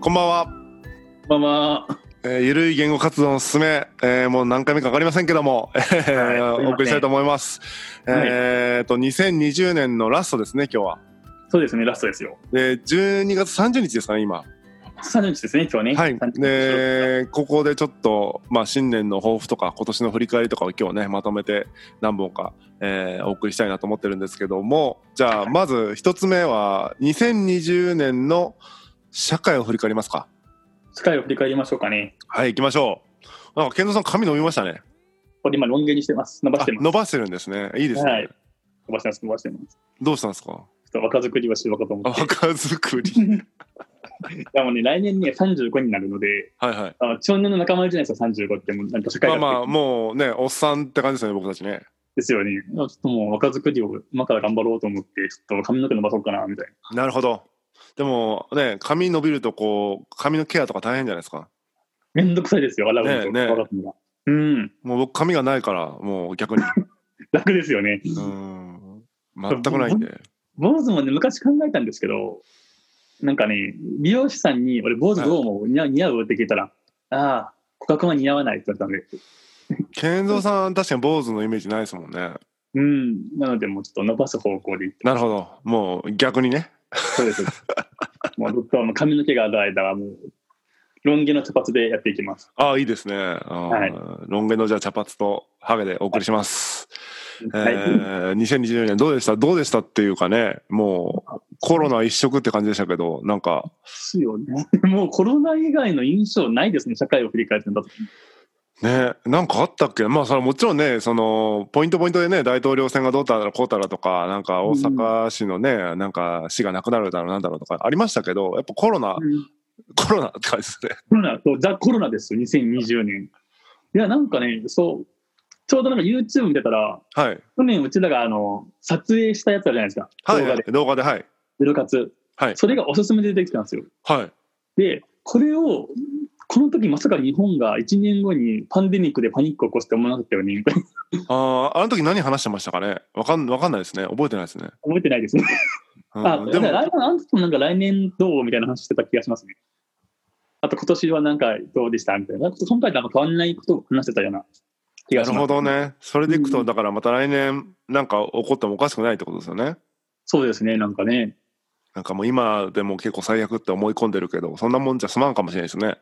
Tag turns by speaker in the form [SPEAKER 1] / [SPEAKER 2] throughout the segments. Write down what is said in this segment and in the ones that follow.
[SPEAKER 1] こんばんは、
[SPEAKER 2] こんばんは。
[SPEAKER 1] えーゆるい言語活動のすすめ、えーもう何回目か分かりませんけども、えー
[SPEAKER 2] はい
[SPEAKER 1] お送りしたいと思います、
[SPEAKER 2] はい
[SPEAKER 1] えーと2020年のラストですね今日は
[SPEAKER 2] そうですね、ラストですよ。
[SPEAKER 1] で12月30日ですかね今
[SPEAKER 2] 30日ですね、今日ね。
[SPEAKER 1] はい
[SPEAKER 2] 30日
[SPEAKER 1] でここでちょっと、まあ、新年の抱負とか今年の振り返りとかを今日ねまとめて何本か、えーお送りしたいなと思ってるんですけどもじゃあまず一つ目は2020年の社会を振り返りますか
[SPEAKER 2] 世界を振り返りましょうかね。
[SPEAKER 1] はい行きましょうなんか健三さん髪伸びましたね
[SPEAKER 2] これ今、ロン毛にしてます。伸ばし
[SPEAKER 1] あ
[SPEAKER 2] てます。
[SPEAKER 1] 伸ばしてるんですねいいですね、
[SPEAKER 2] はい伸ばしてます、伸ばしてます。
[SPEAKER 1] どうしたんです か
[SPEAKER 2] ちょっと若作りはしようか
[SPEAKER 1] あ
[SPEAKER 2] と思って。
[SPEAKER 1] 若作り
[SPEAKER 2] でもね、来年ね、35になるので、
[SPEAKER 1] はいはい
[SPEAKER 2] あの長年の仲間じゃないですか、35って。もうなんか社会
[SPEAKER 1] まあ
[SPEAKER 2] 学
[SPEAKER 1] まあもうねおっさんって感じですよね僕たちね
[SPEAKER 2] ですよね。ちょっともう若作りを今から頑張ろうと思って、ちょっと髪の毛伸ばそうかな、みたいな。
[SPEAKER 1] なるほどでもね髪伸びるとこう髪のケアとか大変じゃないですか
[SPEAKER 2] めんどくさいですよ、洗うの
[SPEAKER 1] ねえ
[SPEAKER 2] と
[SPEAKER 1] ねえ
[SPEAKER 2] 乾かすのが。うん、
[SPEAKER 1] もう僕髪がないからもう逆 に
[SPEAKER 2] 楽ですよね。
[SPEAKER 1] うん全くないんで
[SPEAKER 2] 坊主もね、昔考えたんですけど、なんかね、美容師さんに、俺、坊主どうも似合う,、似合うって聞いたら、ああ、骨格は似合わないって言われたんで、
[SPEAKER 1] 健三さん確かに坊主のイメージないですもんね
[SPEAKER 2] うん、なので、もうちょっと伸ばす方向でいって、
[SPEAKER 1] なるほどもう逆にね
[SPEAKER 2] そう です。もうずっとあの髪の毛がある間は、もう、ロン毛の茶髪でやっていきます。
[SPEAKER 1] ああいいですね、あ
[SPEAKER 2] はい
[SPEAKER 1] ーロン毛のじゃあ茶髪とハゲでお送りします、
[SPEAKER 2] はい
[SPEAKER 1] えー2020年どうでしたどうでしたっていうかねもうコロナ一色って感じでしたけどなんか
[SPEAKER 2] ですよね。 もうコロナ以外の印象ないですね、社会を振り返ってんだと。
[SPEAKER 1] ねなんかあったっけまあそれはもちろんねそのポイントポイントでね大統領選がどうたらこうたらとかなんか大阪市のね、なんか市がなくなるだろうなんだろうとかありましたけどやっぱコロナ、
[SPEAKER 2] うん
[SPEAKER 1] コロナって感じですね
[SPEAKER 2] コロナ、そうザ・コロナですよ、2020年。いや、なんかね、そう、ちょうどなんか YouTube 見てたら、
[SPEAKER 1] はい
[SPEAKER 2] 去年うちらがあの撮影したやつあるじゃないですか、
[SPEAKER 1] はい
[SPEAKER 2] 動
[SPEAKER 1] は
[SPEAKER 2] 画
[SPEAKER 1] い
[SPEAKER 2] で、
[SPEAKER 1] 動画ではい
[SPEAKER 2] ゼロ活、
[SPEAKER 1] はい
[SPEAKER 2] それがおすすめで出てきたんですよ。
[SPEAKER 1] はい
[SPEAKER 2] で、これを、この時まさか日本が1年後にパンデミックでパニックを起こすって思わなかったよね、み たいな
[SPEAKER 1] あーあの時何話してましたかねわかんわかんないですね覚えてないですね、
[SPEAKER 2] 覚えてないですね。
[SPEAKER 1] うん
[SPEAKER 2] あ、
[SPEAKER 1] で
[SPEAKER 2] でも
[SPEAKER 1] も
[SPEAKER 2] 来年、あんたもなんか来年どうみたいな話してた気がしますね。あと今年はなんかどうでしたみたいな、今回なんか変わんないことを話してたような気が
[SPEAKER 1] な
[SPEAKER 2] し
[SPEAKER 1] るほ
[SPEAKER 2] ます。
[SPEAKER 1] ど。ねそれでいく
[SPEAKER 2] う
[SPEAKER 1] と
[SPEAKER 2] ん
[SPEAKER 1] だからまた来年なんか起こってもおかしくないってことですよね
[SPEAKER 2] そうですね、なんかね。
[SPEAKER 1] なんかもう今でも結構最悪って思い込んでるけどそんなもんじゃすまんかもしれないですね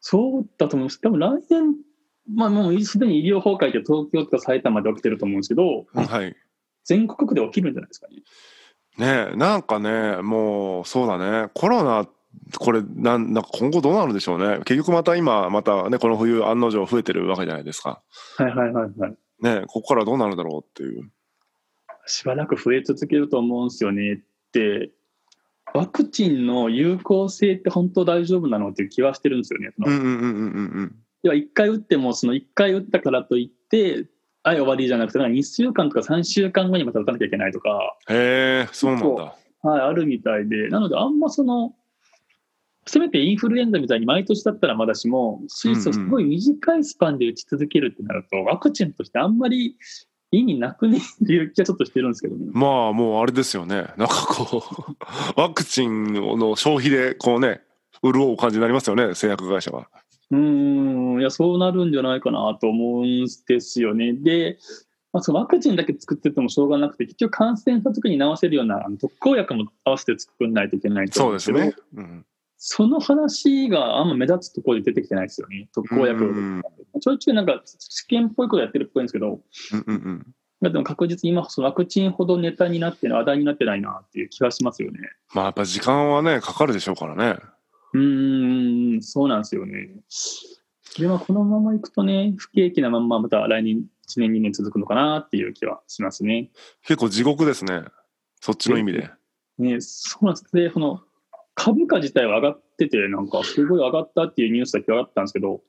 [SPEAKER 2] そうだと思うんです。でも来年、まあもうすでに医療崩壊って東京とか埼玉で起きてると思うんですけど、
[SPEAKER 1] はい
[SPEAKER 2] 全国区で起きるんじゃないですかね。
[SPEAKER 1] ねえなんかねもうそうだねコロナこれなんなんか今後どうなるんでしょうね結局また今またねこの冬案の定増えてるわけじゃないですか
[SPEAKER 2] はいはいはいはい。
[SPEAKER 1] ねえここからどうなるだろうっていう
[SPEAKER 2] しばらく増え続けると思うんですよねって、ワクチンの有効性って本当大丈夫なのっていう気はしてるんですよね。
[SPEAKER 1] う
[SPEAKER 2] その
[SPEAKER 1] んうんうんうんうん
[SPEAKER 2] 要は1回打っても、その1回打ったからといって、はい、終わりじゃなくて、なんか2週間とか3週間後にまた打たなきゃいけないとか、
[SPEAKER 1] うんへえそうなんだ
[SPEAKER 2] はい、あるみたいで、なので、あんまその、せめてインフルエンザみたいに毎年だったらまだしも、スイスをすごい短いスパンで打ち続けるってなると、ワクチンとしてあんまり意味なくねっていう気はちょっとしてるんですけどね。
[SPEAKER 1] まあもうあれですよねなんかこうワクチンの消費でこうね潤う感じになりますよね製薬会社は
[SPEAKER 2] うーん、いや、そうなるんじゃないかなと思うんですよね。で、まあ、そのワクチンだけ作っててもしょうがなくて、結局感染した時に治せるようなあの特効薬も合わせて作んないといけないと
[SPEAKER 1] そ
[SPEAKER 2] 思
[SPEAKER 1] うんで
[SPEAKER 2] け
[SPEAKER 1] す
[SPEAKER 2] ど
[SPEAKER 1] ね、うん、
[SPEAKER 2] その話があんま目立つところで出てきてないですよね、特効薬
[SPEAKER 1] うんうん
[SPEAKER 2] ちょいちょいなんか試験っぽいことやってるっぽいんですけど、
[SPEAKER 1] うんうんうん
[SPEAKER 2] でも確実に今、そのワクチンほどネタになってない、話題になってないなっていう気がしますよね。
[SPEAKER 1] まあやっぱ時間はねかかるでしょうからね
[SPEAKER 2] うーん、そうなんですよね。では、このままいくとね、不景気なまんま、また来年、1年、2年続くのかなっていう気はしますね。
[SPEAKER 1] 結構地獄ですねそっちの意味で
[SPEAKER 2] ねそうなんです。で、この株価自体は上がってて、なんか、すごい上がったっていうニュースだけ上がったんですけど、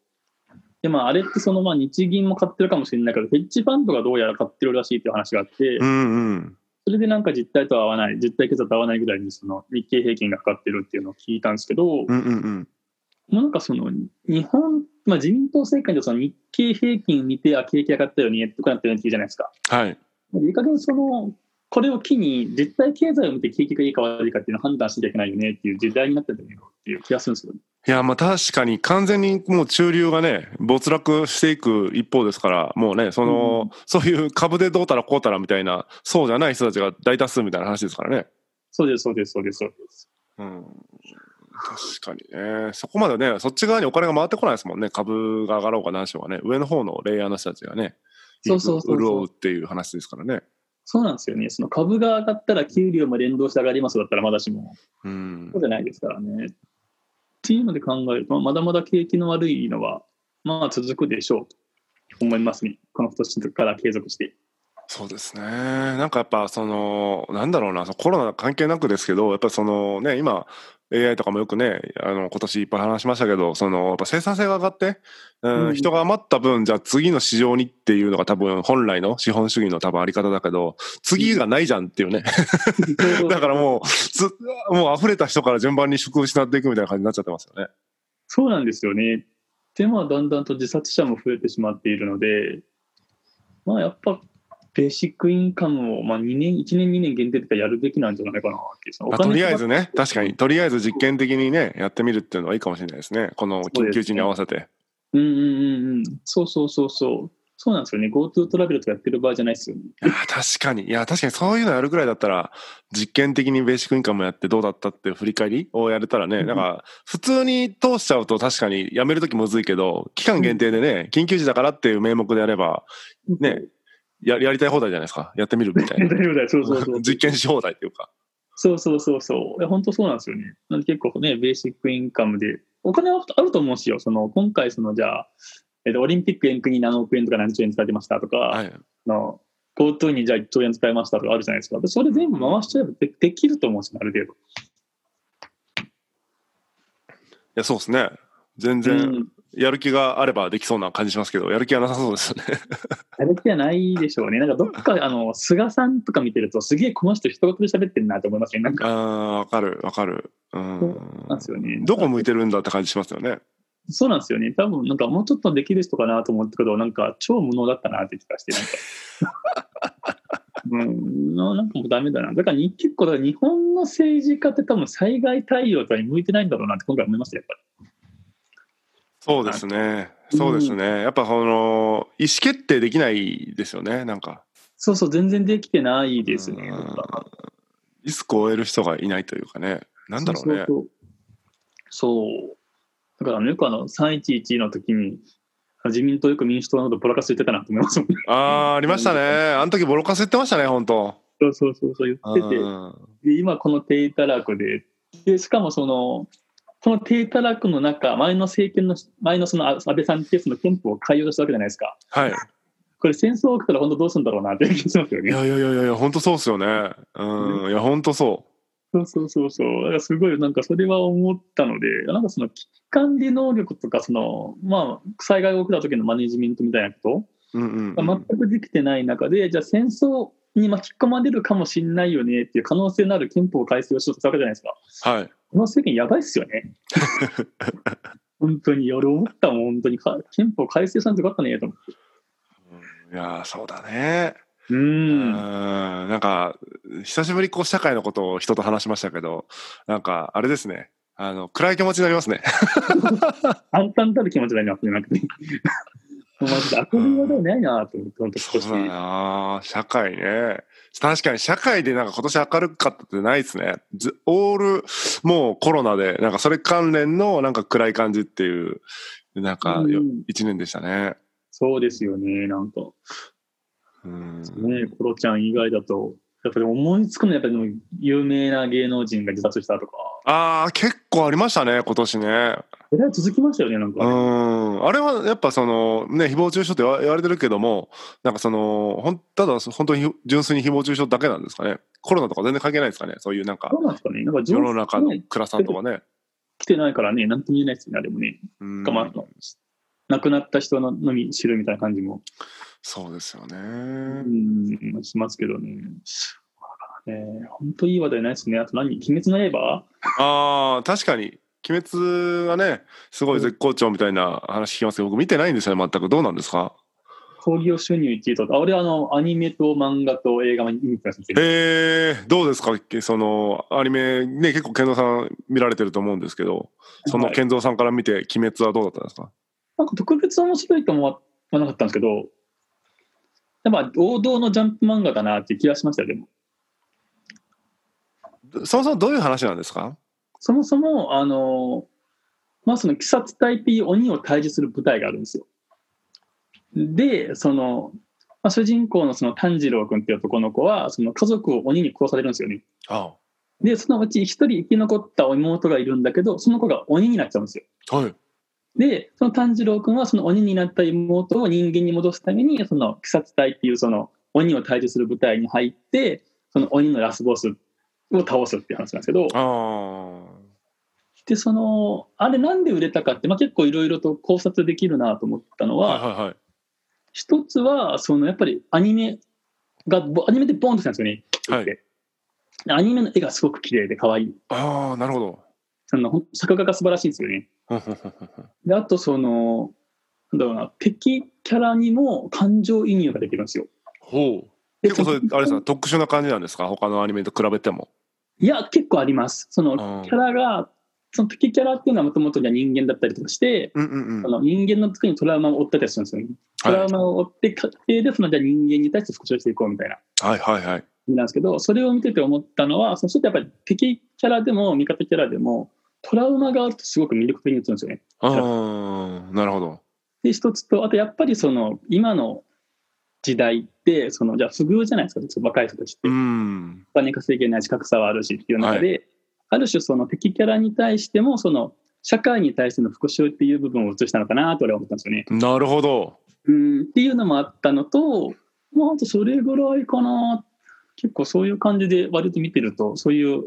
[SPEAKER 2] でまあ、あれってそのまあ日銀も買ってるかもしれないけど、ヘッジファンドがどうやら買ってるらしいっていう話があって
[SPEAKER 1] う、んうん
[SPEAKER 2] それでなんか実態とは合わない、実態決算と合わないぐらいにその日経平均がかかってるっていうのを聞いたんですけど、
[SPEAKER 1] うんうんうん。
[SPEAKER 2] もうなんかその日本、まあ、自民党政権でその日経平均見て、あ、景気上がったよねとかなってるって言うじゃないですか。
[SPEAKER 1] はい。
[SPEAKER 2] いい加減その、これを機に、実体経済を見て景気がいいか悪いかっていうのを判断しなきゃいけないよねっていう時代になってるんだよっていう気がするんですよね。
[SPEAKER 1] いや、まあ確かに完全にもう中流がね、没落していく一方ですから、もうね、その、そういう株でどうたらこうたらみたいな、そうじゃない人たちが大多数みたいな話ですからね。
[SPEAKER 2] そうです、そうです、そうです、そうです。
[SPEAKER 1] うん。確かにね。そこまでね、そっち側にお金が回ってこないですもんね。株が上がろうが何しようがね。上の方のレイヤーの人たちがね、
[SPEAKER 2] そうそうそうそう
[SPEAKER 1] 潤うっていう話ですからね。
[SPEAKER 2] そうなんですよね。その株が上がったら給料も連動して上がりますだったらまだしも、
[SPEAKER 1] うん
[SPEAKER 2] そう。じゃないですからね。っていうので考えると、まあまだまだ景気の悪いのは、まあ続くでしょうと思いますね。この年から継続して。
[SPEAKER 1] そうですね。なんかやっぱそのなんだろうな、そのコロナ関係なくですけど、やっぱそのね今 AI とかもよくね、あの今年いっぱい話しましたけど、そのやっぱ生産性が上がって、うん
[SPEAKER 2] うん
[SPEAKER 1] 人が余った分じゃあ次の市場にっていうのが多分本来の資本主義の多分あり方だけど、次がないじゃんっていうね。 だからもうつもう溢れた人から順番に職を失っていくみたいな感じになっちゃってますよね。
[SPEAKER 2] そうなんですよね。で、まあ、だんだんと自殺者も増えてしまっているので、まあ、やっぱ、ベーシックインカムを、まあ、2年、1年、2年限定とかやるべきなんじゃないかなっていう。そのお
[SPEAKER 1] まあ
[SPEAKER 2] 金
[SPEAKER 1] とりあえずね、確かにとりあえず実験的にねやってみるっていうのはいいかもしれないですね。この緊急時に合わせて。
[SPEAKER 2] うんうんうんうん。そうそうそうそう。そうなんですよね。GoTo トラベルとかやってる場合じゃないですよね。
[SPEAKER 1] いや確かに。いや、確かにそういうのやるぐらいだったら、実験的にベーシックインカムやってどうだったっていう振り返りをやれたらね、
[SPEAKER 2] うん
[SPEAKER 1] なんか、普通に通しちゃうと確かにやめるときむずいけど、期間限定でね、緊急時だからっていう名目でやれば、ね、ややりたい放題じゃないですか。やってみるみたい
[SPEAKER 2] 大
[SPEAKER 1] な。。
[SPEAKER 2] 丈夫だよ。 そうそうそう
[SPEAKER 1] 実験し放題っていうか。
[SPEAKER 2] そうそうそうそう。いや、本当そうなんですよね。なんで結構ね、ベーシックインカムで、お金はあると思うんですよ。その、今回、その、じゃあ、えっと、オリンピック延期に何億円とか何兆円使ってましたとか、
[SPEAKER 1] はい。
[SPEAKER 2] の GoTo にじゃあ1兆円使いましたとかあるじゃないですか。でそれ全部回しちゃえばでできると思うんですよ、ある程度。
[SPEAKER 1] いや、そうですね。全
[SPEAKER 2] う
[SPEAKER 1] 然、
[SPEAKER 2] ん
[SPEAKER 1] やる気があればできそうな感じしますけど、やる気はなさそうですよ ね。
[SPEAKER 2] やる気はないでしょうね。なんかどっか、 あの、菅さんとか見てると、すげえこの人人がくで喋ってるなと思いますね。なん
[SPEAKER 1] あ
[SPEAKER 2] か、
[SPEAKER 1] あ、わかる、わかる。う
[SPEAKER 2] そなん
[SPEAKER 1] ん
[SPEAKER 2] で。すよね。
[SPEAKER 1] どこ向いてるんだって感じしますよね。
[SPEAKER 2] そうなんですよね。多分、なんかもうちょっとできる人かなと思ったけど、なんか超無能だったなって気がして、 なんか。うん、ななんかもうダメだな。だからに結構、だから日本の政治家って多分災害対応とかに向いてないんだろうなって今回思いました、やっぱり。
[SPEAKER 1] そうですね。そうですね。やっぱその、意思決定できないですよね、なんか。
[SPEAKER 2] そうそう、全然できてないですね。
[SPEAKER 1] うん
[SPEAKER 2] なんか
[SPEAKER 1] リスクを負える人がいないというかね。なんだろうね。
[SPEAKER 2] そうそうそうそうだからねよくあの311の時に自民党よく民主党などボラカス言ってたなと思いますもんね
[SPEAKER 1] ああ、ありましたね。あの時ボロカス言ってましたね、本当
[SPEAKER 2] そうそうそうそう言ってて
[SPEAKER 1] うん
[SPEAKER 2] で今この低たらくででしかもそのこの低たらくの中前の政権の前のそのあ安倍さんってその憲法を変えようとしたわけじゃないですか
[SPEAKER 1] はい。
[SPEAKER 2] これ戦争起きたら本当どうするんだろうなって気がしますよ
[SPEAKER 1] い
[SPEAKER 2] ね
[SPEAKER 1] やいやいやいや、本当そうですよね。うん。いや、本当そ
[SPEAKER 2] そうそうそうそうだからすごいなんかそれは思ったのでなんかその危機管理能力とかそのまあ災害が起きた時のマネジメントみたいなこと
[SPEAKER 1] う。うんうん、うん。
[SPEAKER 2] 全くできてない中で、じゃあ戦争に巻き込まれるかもしれないよねっていう可能性のある憲法改正をしようとしたわけじゃないですか。
[SPEAKER 1] はい。
[SPEAKER 2] この政権やばいっすよね。 本当に、俺思ったもん、本当にか憲法改正さんとかあったねと思って。
[SPEAKER 1] いやー、そうだね。
[SPEAKER 2] う
[SPEAKER 1] うん
[SPEAKER 2] ん。
[SPEAKER 1] なんか、久しぶりこう、社会のことを人と話しましたけど、なんか、あれですね。あの、暗い気持ちになりますね。
[SPEAKER 2] 簡単たる気持ちになりますね、なんかね。もうマジで、悪名はでもないなと思って、本当
[SPEAKER 1] そう
[SPEAKER 2] 今
[SPEAKER 1] だ
[SPEAKER 2] 年。
[SPEAKER 1] な 社会ね。確かに社会でなんか今年明るかったってないですね。ずオール、もうコロナで、なんかそれ関連のなんか暗い感じっていう、なんかよ
[SPEAKER 2] うん
[SPEAKER 1] 一年でしたね。
[SPEAKER 2] そうですよね、なんか。
[SPEAKER 1] うん。
[SPEAKER 2] ねコロちゃん以外だと、やっぱり思いつくのはやっぱりでも有名な芸能人が自殺したとか、
[SPEAKER 1] ああ、結構ありましたね、今年ね。
[SPEAKER 2] それは続きましたよね、なんか
[SPEAKER 1] う。ん。あれはやっぱその、ね、誹謗中傷って言わ言われてるけども、なんかその、ほん、ただ本当に純粋に誹謗中傷だけなんですかね。コロナとか全然関係ないですかね。そういうなんか
[SPEAKER 2] ど、うなんですかね、なんか
[SPEAKER 1] 世の中の
[SPEAKER 2] ね
[SPEAKER 1] 暗さとかね。
[SPEAKER 2] 来てないからね、なんとも言えないですね、あれもね。
[SPEAKER 1] うん
[SPEAKER 2] かまあ亡くなった人ののみ知るみたいな感じも、
[SPEAKER 1] そうですよね。
[SPEAKER 2] うん、しますけどね。えー、本当いい話題ないですね。あと何鬼滅の刃
[SPEAKER 1] ああ、確かに。鬼滅はね、すごい絶好調みたいな話聞きますけど、僕見てないんですよね、全く。どうなんですか
[SPEAKER 2] 興行収入1位と、あ俺あの、アニメと漫画と映画に見てたんですけど、
[SPEAKER 1] えー、どうですかそのアニメね結構健三さん見られてると思うんですけどその
[SPEAKER 2] はい
[SPEAKER 1] 健三さんから見て「鬼滅」はどうだったんですか、
[SPEAKER 2] なんか特別面白いと思わなかったんですけど、やっぱ王道のジャンプ漫画だなっていう気がしましたよ、でも。
[SPEAKER 1] そもそもどういう話なんですか
[SPEAKER 2] そもそも、あの、まあその、鬼殺隊 P 鬼を退治する部隊があるんですよ。で、その、まあ、主人公のその炭治郎君っていう男の子は、その家族を鬼に殺されるんですよね。
[SPEAKER 1] あ
[SPEAKER 2] で、そのうち一人生き残った妹がいるんだけど、その子が鬼になっちゃうんですよ。
[SPEAKER 1] はい
[SPEAKER 2] で、その炭治郎君はその鬼になった妹を人間に戻すために、その鬼殺隊っていうその鬼を退治する部隊に入って、その鬼のラスボスを倒すっていう話なんですけど、
[SPEAKER 1] あー
[SPEAKER 2] で、その、あれなんで売れたかって、まあ、結構いろいろと考察できるなと思ったのは、
[SPEAKER 1] はいはいはい
[SPEAKER 2] 一つは、そのやっぱりアニメが、ぼアニメでボーンとしたんですよね。
[SPEAKER 1] はい
[SPEAKER 2] でアニメの絵がすごく綺麗で可愛い。
[SPEAKER 1] ああなるほど
[SPEAKER 2] そのほんと作画が素晴らしいんですよね。
[SPEAKER 1] ふんふんふんふんふん
[SPEAKER 2] であとそのなんだろうな敵キャラにも感情移入ができるんですよ。
[SPEAKER 1] ほう
[SPEAKER 2] で
[SPEAKER 1] 結構それ
[SPEAKER 2] 敵
[SPEAKER 1] あれですか特殊な感じなんですか他のアニメと比べても
[SPEAKER 2] いや結構あります。その
[SPEAKER 1] あー
[SPEAKER 2] キャラがその敵キャラっていうのはもともと人間だったりとかして、
[SPEAKER 1] うんうん
[SPEAKER 2] そうの人間の時にトラウマを負ったりするんですよね。トラウマを負って過程でそのじゃあ人間に対して復讐していこうみたいな。
[SPEAKER 1] はいはいはいはい
[SPEAKER 2] なんですけどそれを見てて思ったのはそのちょっとやっぱり敵キャラでも味方キャラでもトラウマがあるとすごく魅力的に映るんですよね。
[SPEAKER 1] ああなるほど
[SPEAKER 2] で一つとあとやっぱりその今の時代ってそのじゃあ不遇じゃないですかちょっと若い人たちって、
[SPEAKER 1] う
[SPEAKER 2] お
[SPEAKER 1] ん
[SPEAKER 2] 金稼げないし格差はあるしっていう中で、ある種その敵キャラに対してもその社会に対しての復讐っていう部分を映したのかなと俺は思ったんですよね。
[SPEAKER 1] なるほど
[SPEAKER 2] うんっていうのもあったのと、まあ、あとそれぐらいかな結構そういう感じで割と見てるとそういう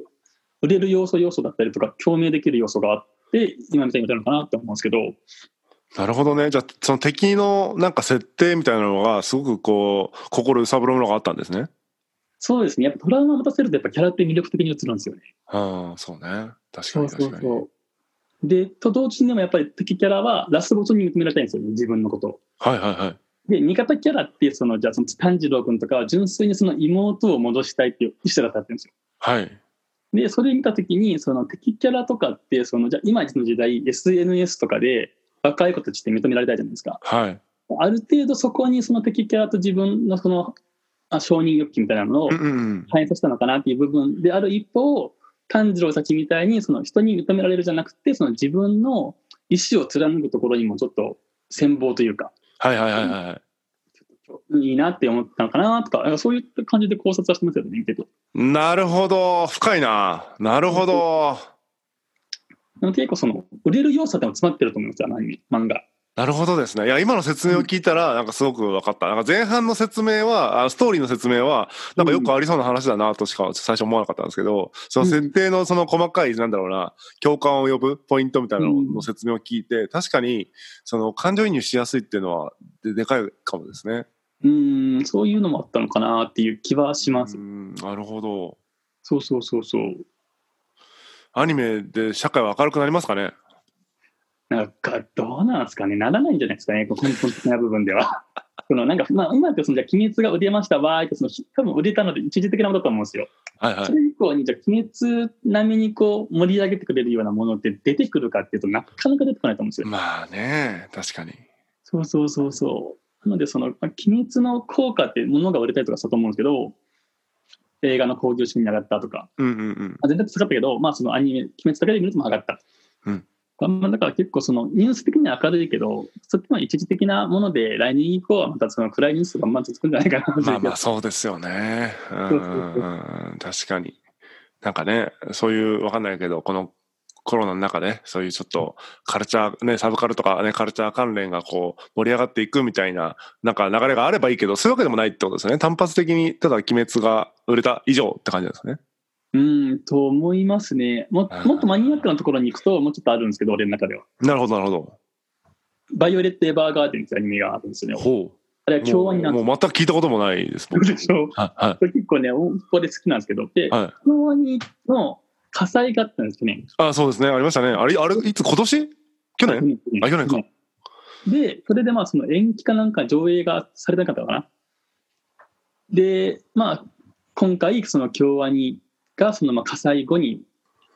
[SPEAKER 2] 売れる要素要素だったりとか共鳴できる要素があって今みたいになるのかなって思うんですけど。
[SPEAKER 1] なるほどねじゃあその敵のなんか設定みたいなのがすごくこう心揺さぶるものがあったんですね
[SPEAKER 2] そうですね、やっぱトラウマを持たせると、やっぱキャラって魅力的に映るんですよね。
[SPEAKER 1] ああそうね確かに確かに
[SPEAKER 2] う。で、と同時にでもやっぱり敵キャラはラスボスに認められたいんですよね、自分のことを。
[SPEAKER 1] はいはいはい
[SPEAKER 2] で、味方キャラって、その、じゃあ、その炭治郎君とかは純粋にその妹を戻したいっていう意思だったってるんですよ。
[SPEAKER 1] はい
[SPEAKER 2] で、それ見たときに、その敵キャラとかって、その、じゃあ今の時代、SNS とかで若い子たちって認められたいじゃないですか。
[SPEAKER 1] はい
[SPEAKER 2] ある程度そこにその敵キャラと自分のその、あ承認欲求みたいなのを
[SPEAKER 1] うんうんうん
[SPEAKER 2] 反映させたのかなっていう部分である一方炭治郎たちみたいにその人に認められるじゃなくてその自分の意思を貫くところにもちょっと羨望というか
[SPEAKER 1] はいはいはいはい
[SPEAKER 2] いいなって思ったのかなとかなんかそういった感じで考察はしてますよね見てて。
[SPEAKER 1] なるほど深いななるほど
[SPEAKER 2] なので結構その売れる要素ってのも詰まってると思いますよあのアニメ漫画。
[SPEAKER 1] なるほどですね。いや、今の説明を聞いたら、なんかすごく分かった。なんか前半の説明は、あストーリーの説明は、なんかよくありそうな話だなとしか最初思わなかったんですけど、その設定のその細かい、なんだろうな、共感を呼ぶポイントみたいなの
[SPEAKER 2] うん
[SPEAKER 1] の説明を聞いて、確かに、その感情移入しやすいっていうのは、ででかいかもですね。
[SPEAKER 2] うーんそういうのもあったのかなっていう気はします。
[SPEAKER 1] うん、なるほど。
[SPEAKER 2] そうそうそうそう。
[SPEAKER 1] アニメで社会は明るくなりますかね
[SPEAKER 2] なんかどうなんですかね、ならないんじゃないですかね、こう根本的な部分では。 そのなんかまあ、今ってそのじゃあ鬼滅が売れましたわーいってその多分売れたので一時的なものだと思うんですよ。
[SPEAKER 1] はいはい
[SPEAKER 2] そ。れ以降にじゃあ鬼滅並みにこう盛り上げてくれるようなものって出てくるかっていうとなかなか出てこないと思うんですよ。
[SPEAKER 1] まあね、確かに。
[SPEAKER 2] そうそうそうそう。なのでそのまあ鬼滅の効果ってものが売れたりとかしたと思うんですけど映画の興行収入が上がったとか、
[SPEAKER 1] うんうんうん。
[SPEAKER 2] まあ、全体と下がったけど、まあ、そのアニメ鬼滅だけで見るとも上がった。
[SPEAKER 1] うん
[SPEAKER 2] まあ、だから結構そのニュース的には明るいけどそっちも一時的なもので来年以降はまたその暗いニュースがまんま続くんじゃないかな
[SPEAKER 1] まあまあ
[SPEAKER 2] と
[SPEAKER 1] そうですよね。うんうんうん確かに。なんかね、そういう、わかんないけど、このコロナの中で、そういうちょっとカルチャー、ね、サブカルとかね、カルチャー関連がこう盛り上がっていくみたいな、なんか流れがあればいいけど、そういうわけでもないってことですよね。単発的に、ただ鬼滅が売れた以上って感じなんですね。
[SPEAKER 2] うんと思いますねももっとマニアックなところに行くともうちょっとあるんですけど俺の中では。
[SPEAKER 1] なるほど、なるほど。
[SPEAKER 2] バイオレット・エヴァーガーデンっていうアニメがあるんですよね。
[SPEAKER 1] ほ
[SPEAKER 2] あれ
[SPEAKER 1] う。
[SPEAKER 2] は共和にな
[SPEAKER 1] も
[SPEAKER 2] んで
[SPEAKER 1] うもう全く聞いたこともないです、僕。
[SPEAKER 2] すでしょう。
[SPEAKER 1] はい。
[SPEAKER 2] これ結構ね、ここで好きなんですけど、で、
[SPEAKER 1] はい。
[SPEAKER 2] 共和にの火災があったんですよね。
[SPEAKER 1] あ、そうですね。ありましたね。あれ、あれ、いつ、今年去年
[SPEAKER 2] 去年
[SPEAKER 1] あ去年か。
[SPEAKER 2] で、それでまあその延期かなんか上映がされなかったのかな。で、まあ、今回、その京アニがそのまあ火災後に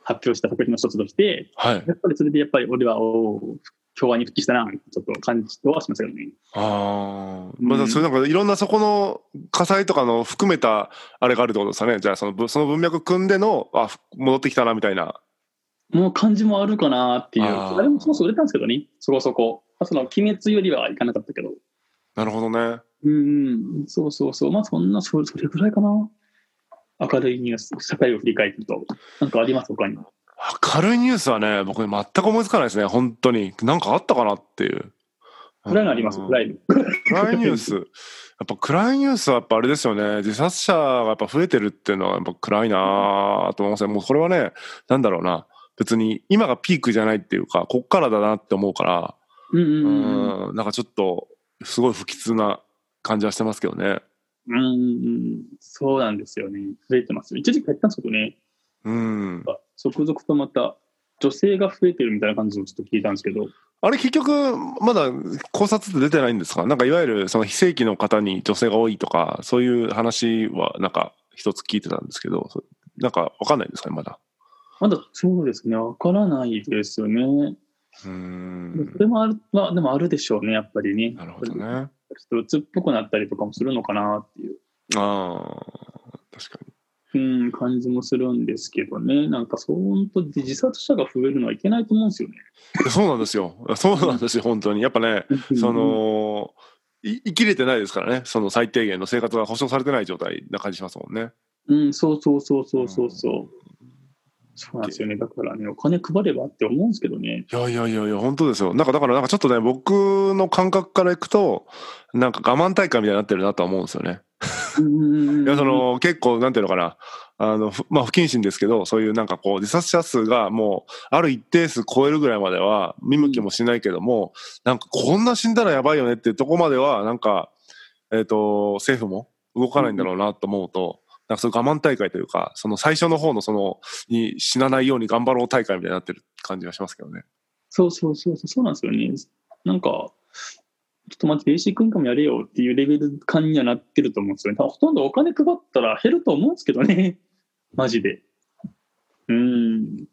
[SPEAKER 2] 発表した作品の一つとして、
[SPEAKER 1] はい。
[SPEAKER 2] やっぱりそれでやっぱり俺は、おお、京アニ復帰したな、ちょっと感じとはしましたけどね。
[SPEAKER 1] ああ、
[SPEAKER 2] うん
[SPEAKER 1] まあ、それなんかいろんなそこの火災とかの含めたあれがあるってことですかね。じゃあそのぶその文脈組んでのあふ戻ってきたなみたいな。
[SPEAKER 2] もう感じもあるかなっていう。
[SPEAKER 1] あ
[SPEAKER 2] あ
[SPEAKER 1] ー
[SPEAKER 2] れもそもそも売れたんですけどね、そこそこ。まあ、その、鬼滅よりはいかなかったけど。
[SPEAKER 1] なるほどね。
[SPEAKER 2] うんうん、そうそうそう。まあそんな、そそれぐらいかな。明るいニュース、社会を振り返ると。なんかあります他に。
[SPEAKER 1] 明るいニュースはね僕全く思いつかないですね本当に何かあったかなっていう。
[SPEAKER 2] 暗いのあります
[SPEAKER 1] うん
[SPEAKER 2] 暗いの。
[SPEAKER 1] 暗いニュー スやっぱ暗いニュースはやっぱあれですよね自殺者がやっぱ増えてるっていうのはやっぱ暗いなぁと思いますねもうこれはねなんだろうな別に今がピークじゃないっていうかこっからだなって思うから
[SPEAKER 2] うんう
[SPEAKER 1] う
[SPEAKER 2] んうんうん。
[SPEAKER 1] んなんかちょっとすごい不吉な感じはしてますけどね
[SPEAKER 2] うんうんうん、そうなんですよね。増えてます。一時期減ったんですけどね。
[SPEAKER 1] うん
[SPEAKER 2] なんか続々とまた、女性が増えてるみたいな感じをちょっと聞いたんですけど。
[SPEAKER 1] あれ結局まだ考察って出てないんですかなんかいわゆるその非正規の方に女性が多いとかそういう話はなんか一つ聞いてたんですけどそなんかわかんないんですかねまだ
[SPEAKER 2] まだそうですね。わからないですよね。
[SPEAKER 1] うー
[SPEAKER 2] そ
[SPEAKER 1] ん
[SPEAKER 2] れもある、まあでもあるでしょうね、やっぱりね。
[SPEAKER 1] なるほど。ね
[SPEAKER 2] ちょっと鬱っぽくなったりとかもするのかなっていう。
[SPEAKER 1] ああ確かに
[SPEAKER 2] うん、感じもするんですけどね、なんかそう、本当、自殺者が増えるのはいけないと思うんですよね。
[SPEAKER 1] いやそうなんですよそうなんですよ本当にやっぱねそのい生きれてないですからねその最低限の生活が保障されてない状態な感じしますもんね
[SPEAKER 2] うん、そうそうそうそうそうそう。そうなんですよね、だからね、お金配ればって思うんですけどね。
[SPEAKER 1] いやいやいやいや本当ですよなんかだからなんかちょっとね僕の感覚からいくとなんか我慢大会みたいになってるなとは思うんですよね
[SPEAKER 2] う
[SPEAKER 1] い
[SPEAKER 2] ん
[SPEAKER 1] やそ、の結構なんていうのかなあのふまあ不謹慎ですけどそういうなんかこう自殺者数がもうある一定数超えるぐらいまでは見向きもしないけども、なんかこんな死んだらやばいよねっていうとこまではなんかえっ、と政府も動かないんだろうなと思うと、なんかそういう我慢大会というかその最初の方のそのに死なないように頑張ろう大会みたいになってる感じがしますけどね。
[SPEAKER 2] そうそうそうそう、そうなんですよね。なんか、ちょっと待って、ベーシックインカムやれよっていうレベル感にはなってると思うんですよね。ただほとんどお金配ったら減ると思うんですけどね、マジで。うん。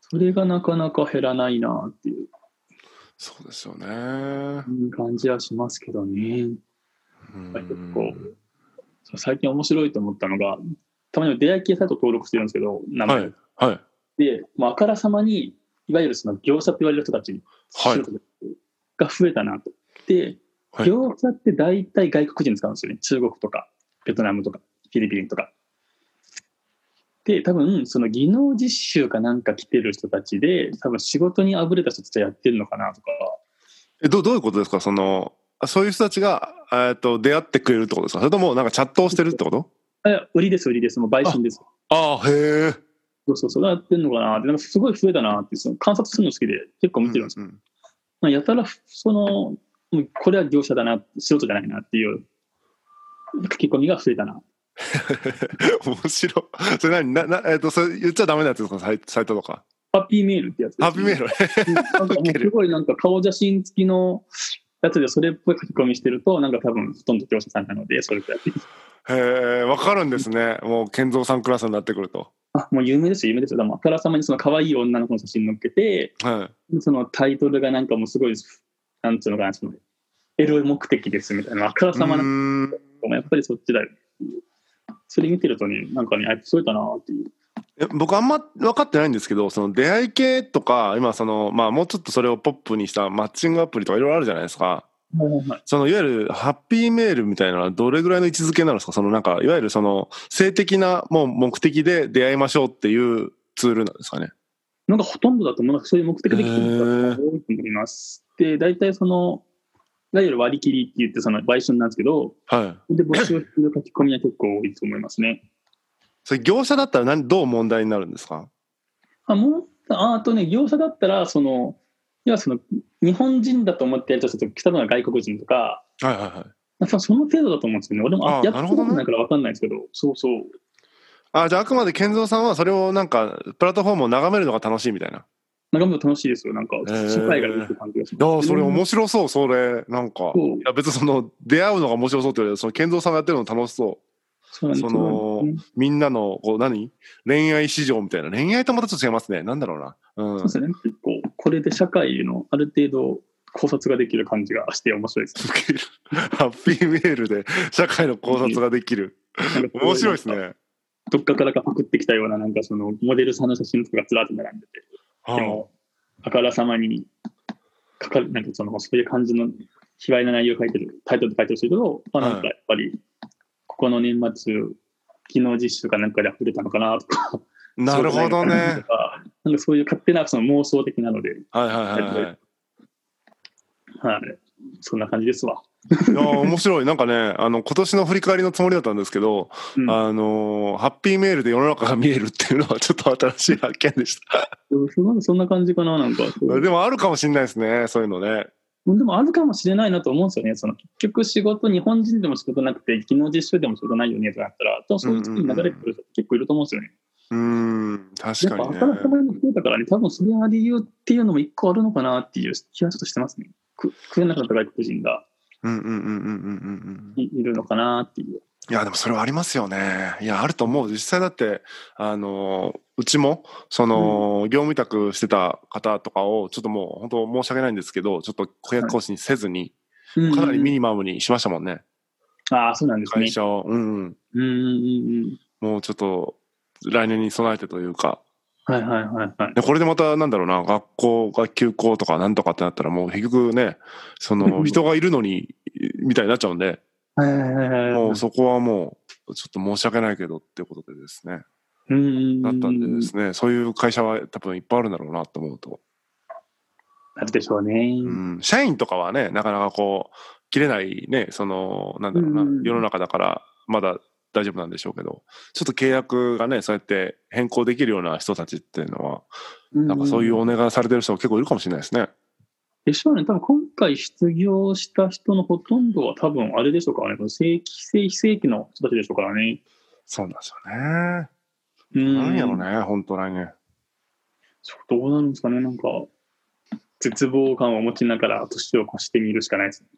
[SPEAKER 2] それがなかなか減らないなっていう。
[SPEAKER 1] そうですよね。うん
[SPEAKER 2] うん感じはしますけどね。ぱり結構そう最近面白いと思ったのが、たまに出会い系サイト登録してるんですけど、名前、
[SPEAKER 1] はいはい
[SPEAKER 2] で、もうあからさまに、いわゆるその業者と言われる人たち
[SPEAKER 1] はい
[SPEAKER 2] が増えたなと。で、
[SPEAKER 1] はい
[SPEAKER 2] 業者って大体外国人使うんですよね。中国とか、ベトナムとか、フィリピンとか。で、多分、その技能実習かなんか来てる人たちで、多分仕事にあぶれた人たちはやってるのかなとか、
[SPEAKER 1] えどうどういうことですかそのあそういう人たちが、えー、と出会ってくれるってことですかそれともなんかチャットをしてるってこと
[SPEAKER 2] あいや売りです、売りです、もう売春です。
[SPEAKER 1] ああへえ
[SPEAKER 2] そうそう、それやってんのかなって、なんかすごい増えたなって、その観察するの好きで結構見てるんですよ。まあやたら、その、もうこれは業者だな、素人じゃないなっていう書き込みが増えたな。
[SPEAKER 1] 面白いそ れ何なな、えー、とそれ言っちゃダメなやつですかサイサイトとか
[SPEAKER 2] ハッピーメールってやつです
[SPEAKER 1] ハ
[SPEAKER 2] ね、
[SPEAKER 1] ッピーメールね
[SPEAKER 2] うんなんかもうすごいなんか顔写真付きのやつでそれっぽい書き込みしてると、なんか多分ほとんど業者さんなので、それくらい。
[SPEAKER 1] へえわかるんですねもう健三さんクラスになってくると
[SPEAKER 2] あ、もう有名ですよ、有名ですよ。でもあからさまにその可愛い女の子の写真載っけて、
[SPEAKER 1] は
[SPEAKER 2] そのタイトルがなんかもうすごい、なんつうのかな、その、エロい目的ですみたいな、あから
[SPEAKER 1] い
[SPEAKER 2] さま
[SPEAKER 1] う
[SPEAKER 2] な
[SPEAKER 1] ーん
[SPEAKER 2] まあやっぱりそっちだよ。それ見てるとね、なんかね、あ、そうだなっていう。
[SPEAKER 1] え僕あんま分かってないんですけどその出会い系とか今そのまあもうちょっとそれをポップにしたマッチングアプリとかいろいろあるじゃないですかそのいわゆるハッピーメールみたいなのはどれぐらいの位置づけなんですかそのなんかいわゆるその性的なもう目的で出会いましょうっていうツールなんですかね。
[SPEAKER 2] なんかほとんどだと思う、そういう目的で来てる人
[SPEAKER 1] へ
[SPEAKER 2] が
[SPEAKER 1] ー
[SPEAKER 2] 多いと思います。で、大体その、いわゆる割り切りって言って、その売春なんですけど、
[SPEAKER 1] はい。
[SPEAKER 2] で、募集する書き込みは結構多いと思いますね。
[SPEAKER 1] それ業者だったら何どう問題になるんですか。
[SPEAKER 2] あ、もう、ああとね、業者だったら、その、要はその、日本人だと思ってやる人たちと、例えば外国人とか、
[SPEAKER 1] はいはいはい。
[SPEAKER 2] なんかその程度だと思うんですよね。俺も
[SPEAKER 1] あ
[SPEAKER 2] あ
[SPEAKER 1] ー
[SPEAKER 2] やったことないから分かんないですけど、そうそう。
[SPEAKER 1] あじゃああくまで健三さんはそれをなんかプラットフォームを眺めるのが楽しいみたいな。
[SPEAKER 2] なんかもう楽しいですよ。なんか、
[SPEAKER 1] へー
[SPEAKER 2] 社会が出てる感じがし
[SPEAKER 1] いや
[SPEAKER 2] ま
[SPEAKER 1] ー
[SPEAKER 2] す。
[SPEAKER 1] それ
[SPEAKER 2] も
[SPEAKER 1] 面白そうそれなんかい
[SPEAKER 2] そう
[SPEAKER 1] や別にその出会うのが面白そうって言われてその健三さんがやってるの楽しそ
[SPEAKER 2] そうなんです
[SPEAKER 1] その
[SPEAKER 2] うん
[SPEAKER 1] うみんなのこう何恋愛市場みたいな恋愛とまたちょっと違いますねなんだろうなうん
[SPEAKER 2] そうですね。結構、これで社会のある程度考察ができる感じがして面白いです。
[SPEAKER 1] できるハッピーメールで社会の考察ができる
[SPEAKER 2] なんかこう
[SPEAKER 1] 面白いです。ね
[SPEAKER 2] どっかからかパクってきたような、なんかその、モデルさんの写真とかがずらっと並んでて、で
[SPEAKER 1] は
[SPEAKER 2] も、あからさまに、かかる、なんかその、そういう感じの、卑猥な内容を書いてる、タイトル書いてるけど、まあなんかやっぱり、ここの年末、技能実習かなんかで溢れたのかなとか、
[SPEAKER 1] あなるほどね。
[SPEAKER 2] なんかそういう勝手なその妄想的なので、
[SPEAKER 1] はいはいはい、はい
[SPEAKER 2] はい。そんな感じですわ。
[SPEAKER 1] いや面白いなんかねあの今年の振り返りのつもりだったんですけど、
[SPEAKER 2] うん
[SPEAKER 1] あのーハッピーメールで世の中が見えるっていうのはちょっと新しい発見でした
[SPEAKER 2] そそんな感じかな、なんか。そう
[SPEAKER 1] でもあるかもしれないですねそういうのね
[SPEAKER 2] でもあるかもしれないなと思うんですよね。その結局仕事、日本人でも仕事なくて、技能実習でも仕事ないよねとなったら、多分そういう時に流れてくる人って結構いると思うんですよね。
[SPEAKER 1] うーん確か
[SPEAKER 2] やっ
[SPEAKER 1] にね
[SPEAKER 2] ぱあからさまに増えたからね、多分それは理由っていうのも一個あるのかなっていう気はちょっとしてますね。く食えなかった外国人が
[SPEAKER 1] うんうんうんうんうんうんうん
[SPEAKER 2] いいるのかなっていう。
[SPEAKER 1] いやでもそれはありますよねいやあると思う実際だってあのーうちもその、業務委託してた方とかをちょっともう本当申し訳ないんですけどちょっと顧約更新せずに、かなりミニマムにしましたもんね、
[SPEAKER 2] ああ、そうなんですね
[SPEAKER 1] 会。社をうんうん
[SPEAKER 2] うんうんうん
[SPEAKER 1] もうちょっと来年に備えてというか
[SPEAKER 2] うん。はいはいはいはい。
[SPEAKER 1] でこれでまたなんだろうな学校が休校とかなんとかってなったらもう結局ねそ
[SPEAKER 2] うんう
[SPEAKER 1] の
[SPEAKER 2] ん
[SPEAKER 1] 人がいるのにみたいになっちゃうんで
[SPEAKER 2] はいはいはいはい。
[SPEAKER 1] もうそこはもうちょっと申し訳ないけどっていうことでですね
[SPEAKER 2] うんうん
[SPEAKER 1] だ
[SPEAKER 2] う
[SPEAKER 1] っ
[SPEAKER 2] ん
[SPEAKER 1] たんでですねそういう会社は多分いっぱいあるんだろうなと思うと、
[SPEAKER 2] あるでしょうね。
[SPEAKER 1] うん、社員とかはねなかなかこう切れないねそのなんだろうな
[SPEAKER 2] うんうん
[SPEAKER 1] 世の中だからまだ大丈夫なんでしょうけどちょっと契約がねそうやって変更できるような人たちっていうのはなんかそういうお願いされてる人が結構いるかもしれないですね。
[SPEAKER 2] でしょうね、多分今回失業した人のほとんどは、多分あれでしょうからね、この正規、非正規の人たちでしょうからね。
[SPEAKER 1] そうなんですよね。
[SPEAKER 2] うん。
[SPEAKER 1] なんやろね、本当来年。
[SPEAKER 2] そうどうなるんですかね、なんか、絶望感を持ちながら年を越してみるしかない ですね。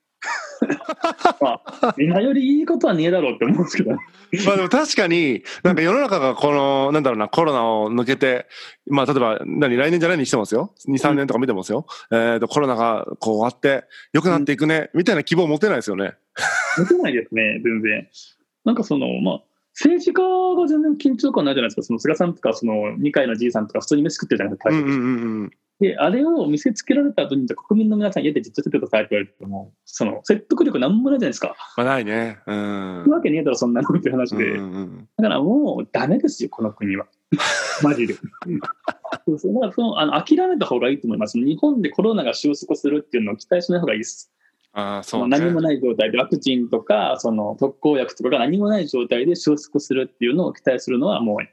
[SPEAKER 2] まあ、みんなよりいいことはねえだろうって思うんですけど、
[SPEAKER 1] まあでも確かに、なんか世の中がこの、なんだろうな、コロナを抜けて、まあ例えば、何、来年じゃないにしてますよ。2、3年とか見てますよ。えっ、と、コロナがこう終わって、良くなっていくね、みたいな希望持てないですよね。
[SPEAKER 2] 持てないですね、全然。なんかその、まあ、政治家が全然緊張感ないじゃないですか、その菅さんとか、その二階のじいさんとか、普通に飯食ってるじゃないですか、
[SPEAKER 1] う
[SPEAKER 2] 会
[SPEAKER 1] ん
[SPEAKER 2] 社
[SPEAKER 1] うん
[SPEAKER 2] で
[SPEAKER 1] うんうん。
[SPEAKER 2] で、あれを見せつけられた後に、じゃあ国民の皆さん家でじっとしててくださいって言われても、その説得力なんもないじゃないですか。
[SPEAKER 1] まあないね。うん。う
[SPEAKER 2] い
[SPEAKER 1] ん
[SPEAKER 2] くわけねえだろ、そんなのっていう話
[SPEAKER 1] う
[SPEAKER 2] で。
[SPEAKER 1] んうん
[SPEAKER 2] だからもうダメですよ、この 国は。マジで。そうそうだからそのあの諦めた方がいいと思います。日本でコロナが収束するっていうのを期待しない方がいいです。
[SPEAKER 1] ああ、そうね。
[SPEAKER 2] 何もない状態で、ワクチンとかその特効薬とかが何もない状態で収束するっていうのを期待するのはもう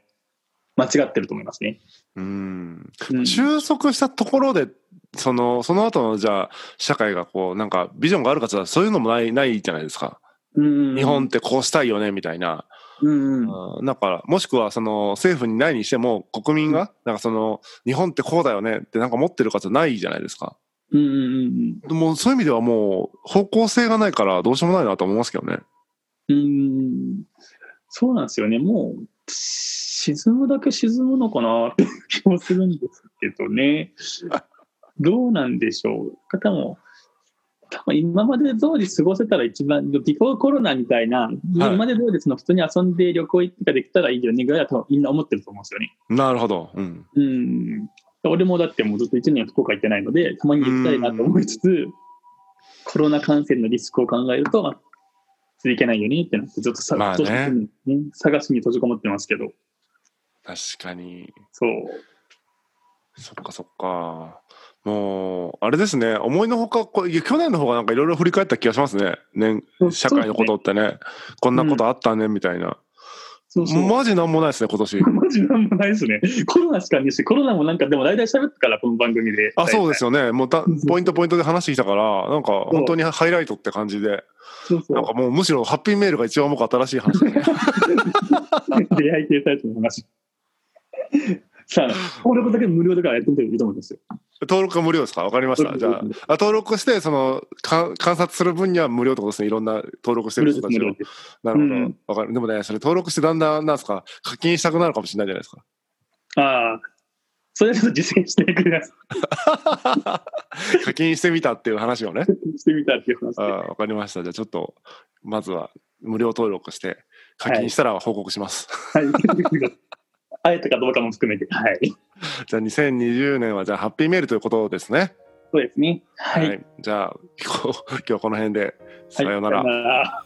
[SPEAKER 2] 間違ってると思いますね。
[SPEAKER 1] うん。
[SPEAKER 2] うん
[SPEAKER 1] 収束したところで、その、その後の、じゃあ、社会がこう、なんか、ビジョンがあるかつは、そういうのもない、ないじゃないですか。
[SPEAKER 2] うん
[SPEAKER 1] 日本っ、てこうしたいよね、みたいな。
[SPEAKER 2] うんうん、
[SPEAKER 1] うんだからもしくはその政府にないにしても国民がなんかその日本ってこうだよねってなんか持ってる方ないじゃないですか
[SPEAKER 2] うんうんうん
[SPEAKER 1] でもそういう意味ではもう方向性がないからどうしようもないなと思いますけどね
[SPEAKER 2] うーんそうなんですよね、もう沈むだけ沈むのかなっていう気もするんですけどね、どうなんでしょう、方も、多分今まで通り過ごせたら一番、ビフォーコロナみたいな、今まで通りその普通に遊んで旅行行ってかできたらいいよねぐらいは多分みんな思ってると思うんですよね。
[SPEAKER 1] なるほど、うん、
[SPEAKER 2] うん俺もだってもうずっと1年福岡行ってないので、たまに行きたいなと思いつつ、コロナ感染のリスクを考えると、まあ、ついけないよねってなって、ずっとさ、
[SPEAKER 1] まあね
[SPEAKER 2] ずっとね探しに閉じこもってますけど、
[SPEAKER 1] 確かに
[SPEAKER 2] そう。
[SPEAKER 1] そっかそっかもうあれですね思いのほかこういや去年の方がなんかいろいろ振り返った気がしますね年社会のことってねこんなことあったねみたいな、
[SPEAKER 2] そうそう。
[SPEAKER 1] マジなんもないですね今年
[SPEAKER 2] マジなんもないですね。コロナしか見えし、コロナもなんか、でも大体喋ったから、この番組で。。
[SPEAKER 1] あそうですすよねもうた
[SPEAKER 2] そうそう
[SPEAKER 1] ポイントポイントで話してきたからなんか本当にハイライトって感じで
[SPEAKER 2] そうそ
[SPEAKER 1] なんかもうむしろハッピーメールが一 番僕新しい話だね
[SPEAKER 2] う。出会い系サイトの話。さあ、登録だけ無料だからやってみてもいいと思いますよ。
[SPEAKER 1] 登録が無料ですかわかりました。じゃあ、あ登録して、その、か観察する分には無料ってことですね。いろんな登録して
[SPEAKER 2] 無
[SPEAKER 1] る
[SPEAKER 2] 料
[SPEAKER 1] 人
[SPEAKER 2] で
[SPEAKER 1] た
[SPEAKER 2] す、無
[SPEAKER 1] ち
[SPEAKER 2] 料
[SPEAKER 1] を。
[SPEAKER 2] です。
[SPEAKER 1] なるほど。
[SPEAKER 2] う
[SPEAKER 1] わ、
[SPEAKER 2] ん
[SPEAKER 1] かる。でもね、それ登録してだんだん、なんですか、課金したくなるかもしれないじゃないですか。
[SPEAKER 2] ああ、それはちょっと実践してくださ
[SPEAKER 1] 課金してみたっていう話をね。
[SPEAKER 2] い。してみたっていう話
[SPEAKER 1] あ
[SPEAKER 2] で。
[SPEAKER 1] ーわかりました。じゃあ、ちょっと、まずは無料登録して、課金したら報告します。
[SPEAKER 2] はい。 あえたかどうかも含めて。はい。
[SPEAKER 1] じゃあ、2020年は、じゃあ、ハッピーメールということですね。
[SPEAKER 2] そうですね。はい。
[SPEAKER 1] じゃあ、今日はこの辺で、さようなら。
[SPEAKER 2] さようなら。